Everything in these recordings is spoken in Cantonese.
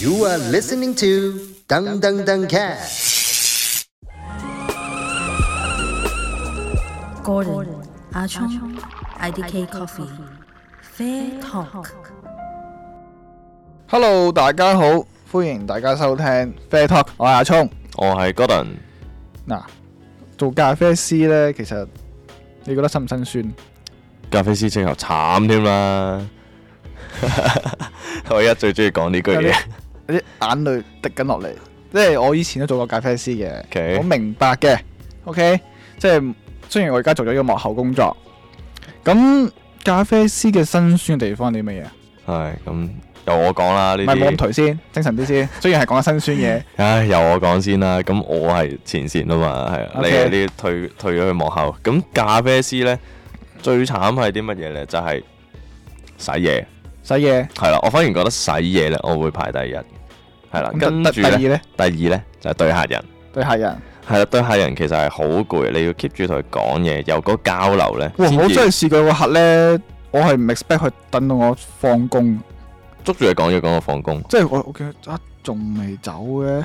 You are listening to Dung Dung Dung Cat. Gordon Ah 阿聰 IDK Coffee Fair Talk。 Hello，大家好，歡迎大家收聽 Fair Talk，我係阿聰。我係 Gordon，嗱，做咖啡師呢，其實你覺得辛唔辛酸？咖啡師直頭慘添啦！ 我而家最中意講呢句嘢，有啲眼淚滴緊落嚟，即係我以前都做過咖啡師嘅 OK 我明白嘅。OK，即係雖然我而家做咗呢個幕後工作，咁咖啡師嘅辛酸嘅地方係啲乜嘢？係咁由我講啦呢唔係冇咁啲，嗯頹先，精神啲先。雖然係講緊辛酸嘢，唉由我講先啦。咁我係前線啊嘛，係啊 OK 你你退退咗去幕後。咁咖啡師呢，最慘係啲乜嘢呢？就係洗嘢洗嘢。係啦。我反而覺得洗嘢呢，我會排第一嘅，係啦。咁啊跟第第住呢，二第呢，二呢，就係對客人。對客人，係啦，對客人其實係好攰，你要 keep 住同佢講嘢，有嗰個交流呢。哇！先我至真係試過個客呢，我係唔 expect 佢等到我放工。捉住佢講嘢，講到放工。即係我我見佢啊仲未走嘅，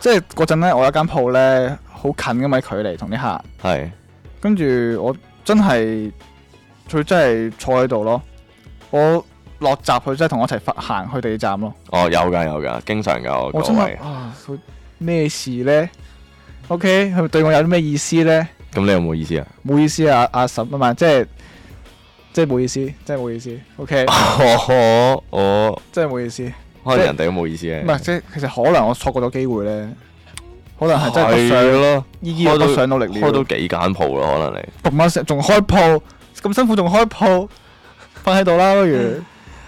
即係嗰陣咧，我有間鋪咧好近噶嘛距離同啲客，係跟住我真係佢真係坐喺度咯，我落閘佢真係同我一齊發行去地鐵站咯，哦，有㗎有㗎，經常㗎我我各真位係。啊佢咩事咧？OK 佢對我有啲咩意思咧？咁你有冇 意思啊？冇意思啊阿嬸啊嘛，即係即係冇意思，即係冇意思，OK 啊我我真係冇意思，唔哦可能人哋都冇意思嘅。係即係其實可能我錯過咗機會咧，可能係真係不係啊想。咯，依依我都上到力了，開到幾間鋪咯，可能你。咁一聲仲開鋪，咁辛苦仲開鋪，瞓喺度啦不如。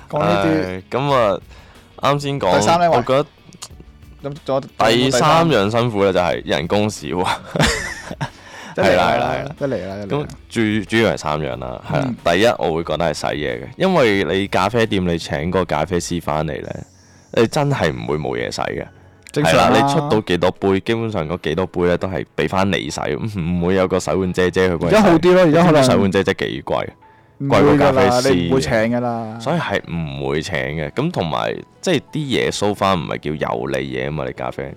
講呢唉咁啊，啱先講。第三呢喂我覺得啲，咁仲有第三樣辛苦咧就係人工少啊。一嚟係啦係啦啦，一嚟啦，一嚟咁啦主主要係三樣啦，係啦嗯。第一我會覺得係洗嘢嘅，因為你咖啡店你請個咖啡師翻嚟咧，你真係唔會冇嘢洗嘅。正係常啦啦，你出到幾多杯，基本上嗰幾多杯咧都係俾翻你洗，唔唔會有個洗碗姐姐去幫而你洗。家好啲咯，啊而家可洗能碗姐姐幾貴，唔貴過會咖㗎啡啦，師你唔會請㗎啦。所以係唔會請嘅。咁同埋即係啲嘢 so 翻唔係叫油膩嘢啊嘛，你咖啡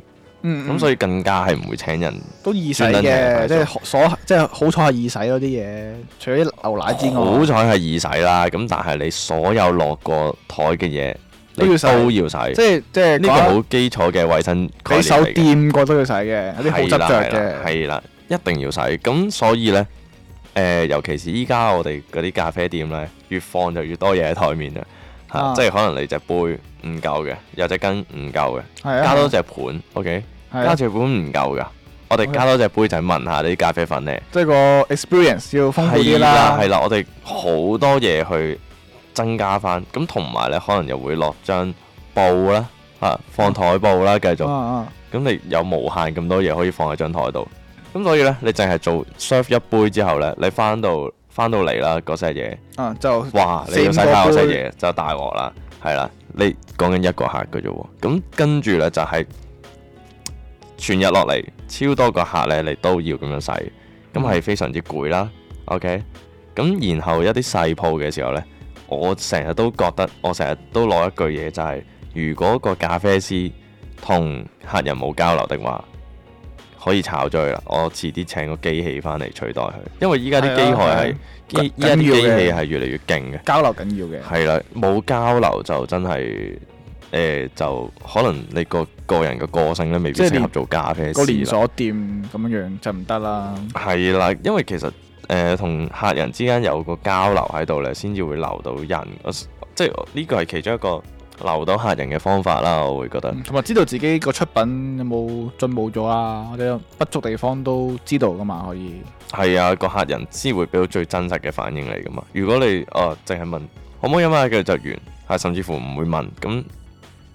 嗯，咁所以更加係唔會請人。以都易洗專登嘅，嘅即係所即係好彩係易洗咯啲嘢，除咗啲牛奶之好外，彩係易洗啦，咁但係你所有落過台嘅嘢，你都都要要洗洗。即係即係呢個講好基礎嘅衞生概你念手嚟嘅。掂過都要洗嘅，有啲好執係啦着係啦嘅。係啦，一定要洗。咁所以呢，誒、尤其是依家我哋嗰啲咖啡店呢，越放就越多嘢喺台面啦。嚇、啊即係可能你隻杯唔夠嘅，有隻羹唔夠嘅，係啊，加多隻盤，OK，係加啊，隻盤唔夠噶，我哋 OK 加多隻杯就係問下你啲咖啡粉咧。即係個 experience 要豐富啲係啦啦，。係啦，我哋好多嘢去增加翻，咁同埋呢，可能又會落張布啦，嚇、放台布啦，繼續啊。啊咁你有無限咁多嘢可以放喺張台度，咁所以呢，你淨係做 serve 一杯之後呢，你翻到翻到嚟啦嗰隻嘢，啊就哇！四你要洗五個翻嗰隻杯嘢就大鑊啦，係啦，你講緊一個客嘅啫喎，咁跟住呢，就係、全日落嚟超多個客呢，你都要咁樣洗，咁嗯係非常之攰啦。OK，咁然後一啲細鋪嘅時候呢，我成日都覺得，我成日都攞一句嘢就係、如果個咖啡師同客人冇交流的話，可以炒咗佢啦。我遲啲請個機器翻嚟取代佢，因為依家啲機係啊係械啊係依依家緊啲要機嘅器係越嚟越勁嘅。交流緊要嘅。係啦，冇交流就真係誒、就可能你個個人嘅個性咧，未必即係連適合做咖啡個連師啦。鎖店咁樣樣就唔得啦。係啦，因為其實誒同、客人之間有個交流喺度咧，先至會留到人。我即係呢個係其中一個留到客人嘅方法啦，我會覺得。同埋知道自己個出品有冇進步咗啊，或者有不足地方都知道噶嘛，可以。係啊，個客人先會俾到最真實嘅反應嚟噶嘛。如果你哦淨係問可唔可以飲啊，跟住就完，係甚至乎唔會問咁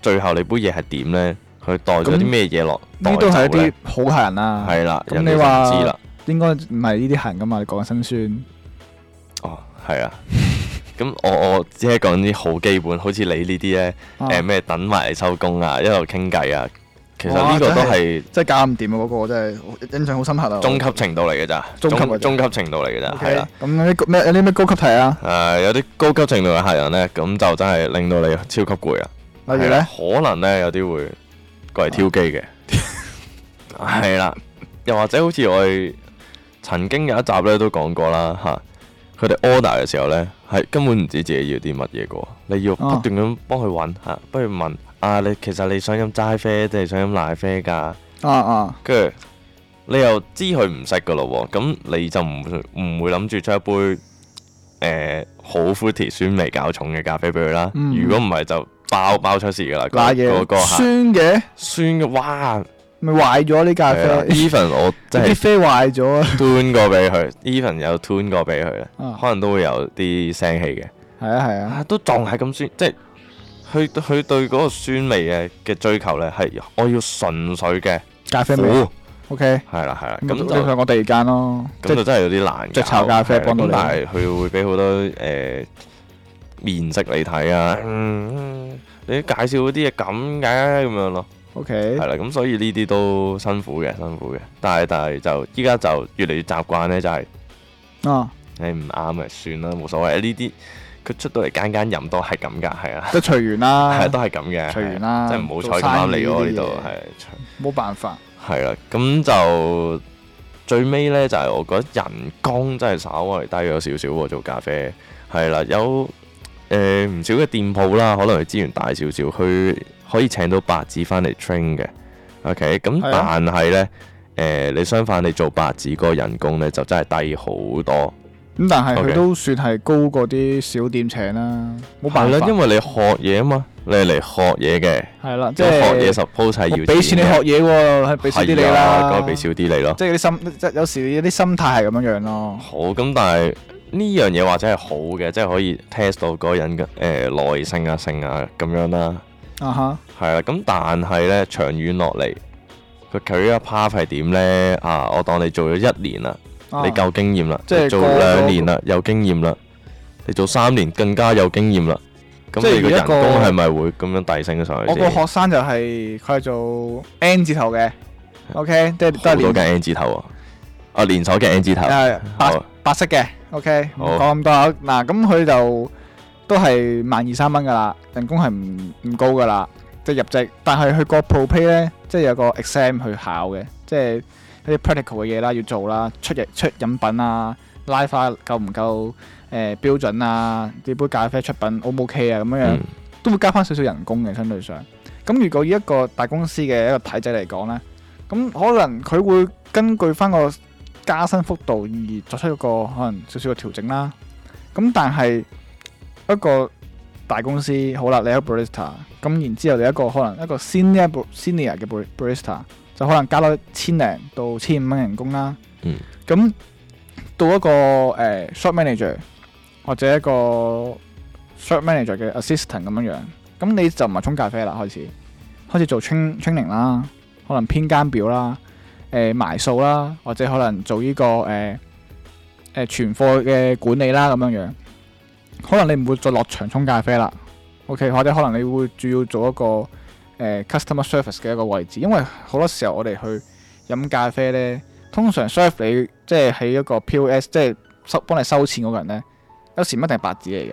最後你杯嘢係點呢？佢袋咗咁啲咩嘢落袋呢都係一走呢啲好客人啦。係啦，咁人你哋就唔話知啦。應該唔係呢啲行噶嘛，你講緊辛酸。哦，係啊。咁我我只係講啲好基本，好似你呢啲咧，啊誒咩等埋你收工啊，一路傾偈啊，其實哇呢個真都係係真係搞唔掂啊！嗰個真係好印象好深刻啊。中級程度嚟嘅咋，中級嚟嘅中級程度嚟嘅咋，係啦 OK，。咁有啲咩有啲咩高級題啊？誒有啲高級程度嘅客人咧，咁就真係令到你超級攰啊！例如係啦咧，可能咧有啲會過嚟挑機 嘅，係啦，又或者好似我哋曾經有一集咧都講過啦吓，佢哋 order 嘅時候咧係根本唔知自己要啲乜嘢嘅喎，你要不哦斷咁幫佢揾吓，不如問啊你其實你想飲齋啡定係想飲奶啡㗎？啊啊，跟住你又知佢唔識噶咯喎，咁你就唔唔會諗住出一杯誒、呃好 fruity 酸味較重嘅咖啡俾佢啦。嗯如果唔係就爆爆出事噶啦，嗱嗰嗰、嘢個酸客嘅，酸嘅，哇！咪壞咗呢咖係啦啡， ，even 我真啲係啡壞 咗啊， turn 過俾佢，even 有 turn 過俾佢啊啦，可能都會有啲聲氣嘅，係啊係啊，啊都仲係咁酸，即係佢佢對嗰個酸味嘅嘅追求咧係我要純粹嘅咖啡味苦， ，OK，係啦係啦，咁咁你就。向我哋間咯，即咁係就真係有啲難搞。即係炒咖啡係啊幫到你咁但係佢會俾好多誒、呃面色你睇啊，嗯，你介紹嗰啲嘢咁嘅咁樣咯， OK，係啦，咁所以呢啲都辛苦嘅，辛苦嘅。但係但係就依家就越嚟越習慣咧，就係、啊，你唔啱咪算啦，冇所謂。呢啲佢出到嚟間間飲都係咁㗎，係啊，即係隨緣啦，係都係咁嘅，隨緣啦即係唔好做彩咁啱生意嚟我呢啲呢度嘢係。冇辦法，係啦，咁就最尾呢，就係、我覺得人工真係稍微低咗少少喎，做咖啡係啦，有誒唔、少嘅店鋪啦，可能佢資源大少少，佢可以請到白紙翻嚟 train 嘅，OK，咁係啊但係呢，誒、呃你相反你做白紙嗰個人工呢，就真係低好多，咁但係 OK 佢都算係高過啲小店請啦，冇係辦啦，法因，為你學嘢啊嘛，你係嚟學嘢嘅，係啦，即即係學係嘢 suppose 係我要俾錢你嘅學嘢喎，係俾少啲你係啊啦，梗係俾少啲你咯。即係啲心，即係有時有啲心態係咁樣樣咯。好咁，但係呢樣嘢或者係好嘅，即係可以 test 到嗰個人嘅誒、呃、耐性啊、性啊咁樣啦，啊哈，係啦。咁但係呢，長遠落嚟，佢佢嘅 part 係點呢？啊，我當你做咗一年啦，啊你夠經驗啦，即係你做過咗兩年啦，有經驗啦，你做三年更加有經驗啦。咁即係你個如一人個工係咪會咁樣遞升上去我個先？學生就係佢係做 N 字頭嘅，OK，即係都好多係嘅 N 字頭啊，啊連鎖嘅 N 字頭，誒白好白色嘅，OK，唔好講咁多啦。嗱，咁佢就都係萬二三蚊噶啦，人工係唔唔高噶啦，即係入職。但係佢個 pro pay 咧，即係有個 exam 去考嘅，即係一啲 practical 嘅嘢啦，要做啦，出日出飲品啊，拉花夠唔夠誒標準啊，呢杯咖啡出品 O 唔 OK 啊咁樣樣。嗯都會加翻少少人工嘅，相對上。咁如果以一個大公司嘅一個體制嚟講呢，咁可能佢會根據翻個加薪幅度而作出一個可能少少嘅調整啦。咁但係一個大公司好啦，你一個 barista，咁然之後你一個可能一個 senior bar- senior 嘅 bar- barista 就可能加多千零到千五蚊人工啦。嗯。咁到一個誒、呃 shop manager 或者一個 shop manager 嘅 assistant 咁樣樣，咁你就唔係沖咖啡啦，開始開始做 train training 啦，可能編間表啦，誒、埋數啦，或者可能做呢、個誒誒、存貨嘅管理啦咁樣樣，可能你唔會再落場沖咖啡啦，OK，或者可能你會主要做一個誒、customer service 嘅一個位置，因為好多時候我哋去飲咖啡呢，通常 serve 你即係喺一個 POS 即係收幫你收錢嗰個人呢，有時唔一定係白紙嚟嘅。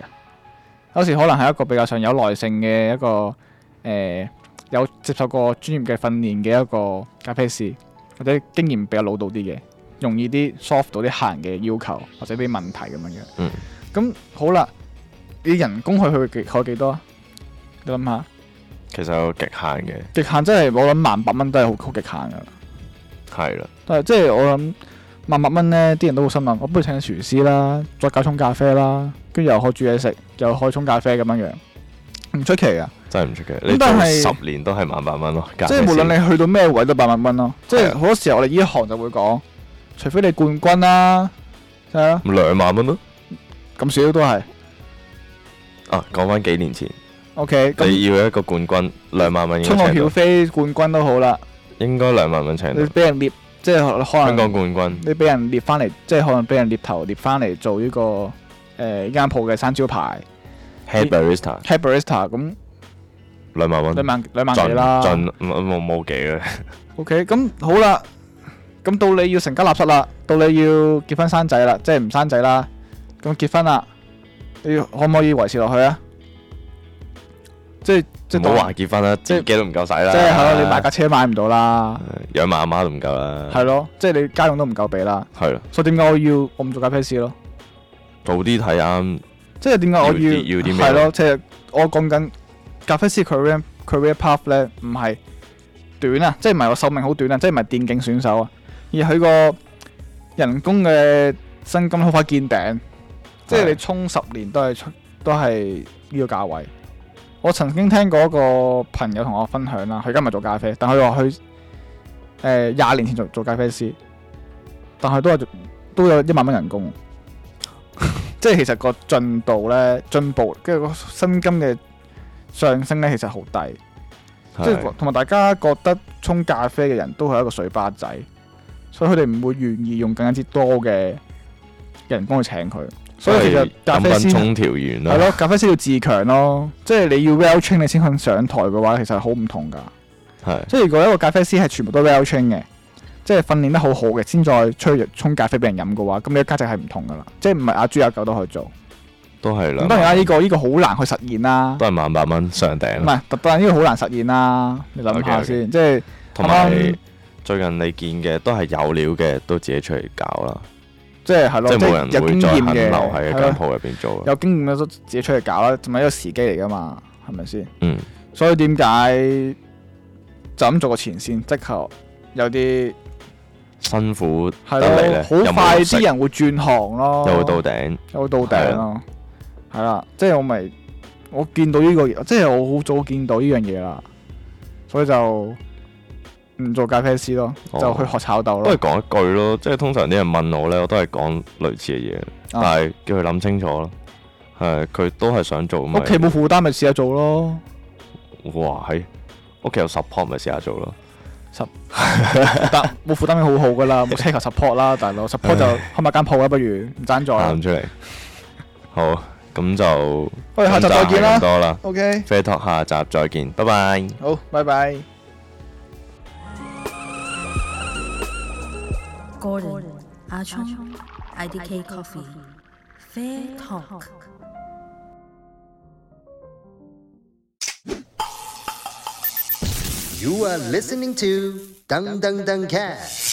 有時可能係一個比較上有耐性嘅一個誒、呃有接受過專業嘅訓練嘅一個咖啡師，或者經驗比較老道啲嘅，容易啲 solve 到啲客人嘅要求或者啲問題咁樣樣。嗯。咁好啦，你人工去去幾去幾多啊？你諗下，其實有極限嘅，極限真係我諗萬八蚊都係好好極限㗎啦。係啦，但係即係我諗萬八蚊呢啲人都好心諗，我不如請個廚師啦，再搞沖咖啡啦，跟住又可以煮嘢食，又可以沖咖啡咁樣樣，唔出奇啊！真係唔出奇。你但做係十年都係萬八蚊咯，即係無論你去到咩位都八萬蚊咯。即係係啊好多時候我哋呢一行就會講，除非你冠軍啦，係啊，你兩萬蚊咯。咁少都係。啊，講翻幾年前， OK，咁你要一個冠軍兩萬蚊應衝該個請票到，飛冠軍都好啦，應該兩萬蚊請你到。俾人獵，即係可香港能冠軍你俾人獵翻嚟，即係可能俾人獵頭獵翻嚟做呢個誒間鋪嘅生招牌 head barista head barista，咁兩萬蚊，兩萬兩萬幾盡啦。嗯盡冇冇冇幾嘅， OK，咁好啦，咁到你要成家立室啦，到你要結婚生仔啦，即係唔生仔啦，咁結婚啦，你要可唔可以維持落去啊？即係即唔係好當話結婚啦，自即係己都唔夠使啦。即係係咯，你買架車買唔到啦，養埋阿媽都唔夠啦。係咯，即係你家用都唔夠俾啦，係咯，所以點解我要我唔做架 p a 咯？早啲睇啱。即係點解我要要啲要啲咩係咯？即係我講緊咖啡師 career career path 咧，唔係短啊，即係唔係我壽命好短啊，即係唔係電競選手啊，而係佢個人工嘅薪金好快見頂，即係係你衝十年都係出都係呢個價位。我曾經聽過一個朋友同我分享啦，佢今日做咖啡，但佢話佢誒廿年前做做咖啡師，但係都係都有一萬蚊人工，即係其實個進度咧進步，跟住個薪金嘅上升咧其實好低，即係係同埋大家覺得沖咖啡嘅人都係一個水巴仔，所以佢哋唔會願意用更加之多嘅人工去請佢，所以其實咖啡飲師品沖調係員啦，咯，咖啡師要自強咯，即係你要 well train 你先肯上台嘅話，其實係好唔同噶。係即係如果一個咖啡師係全部都 well train 嘅，即係訓練得好好嘅，先再出去沖咖啡俾人飲嘅話，咁你嘅價值係唔同噶啦。即係唔係阿豬阿狗都去做。都係咁兩當然啦，萬，啊呢、個呢、個好難去實現啦都。係萬八蚊上頂唔。係，當然呢個好難實現啦。你諗下 OK，OK 先，即係同埋啱啱最近你見嘅都係有料嘅，都自己出嚟搞啦，即係係即咯，係即冇係人有會經再肯驗嘅，留喺一係間咯，鋪入邊做啊啦。有經驗嘅都自己出去搞啦，同埋一個時機嚟噶嘛，係咪先？嗯，所以點解就咁做個前線，即係有啲辛苦係得嚟咧，咯，又好冇快人食啲人會轉行咯，又會到啊頂。有到頂咯，係啦，即係我咪我見到呢、個，即係我好早見到呢樣嘢啦，所以就唔做咖啡師咯，哦就去學炒豆都係咯。講一句咯，即係通常啲人問我咧，我都係講類似啊嘅嘢，但係叫佢諗清楚咯。係佢都係想做咪屋企冇負擔咪試下做咯，哇喺屋企有 support 咪試下做咯。得冇負擔已經好好噶啦，冇奢求 support 啦，大佬 support 就開埋間鋪啦，不如唔爭在啦喊。出嚟。好，咁就哦我哋下集再見咁就係咁啦。多啦 OK， ，Fair Talk 下集再見，拜拜。好，拜拜。 Gordon, Ah Achong, IDK Coffee, Fair Talk. You are listening to Dung Dung Dung Cat.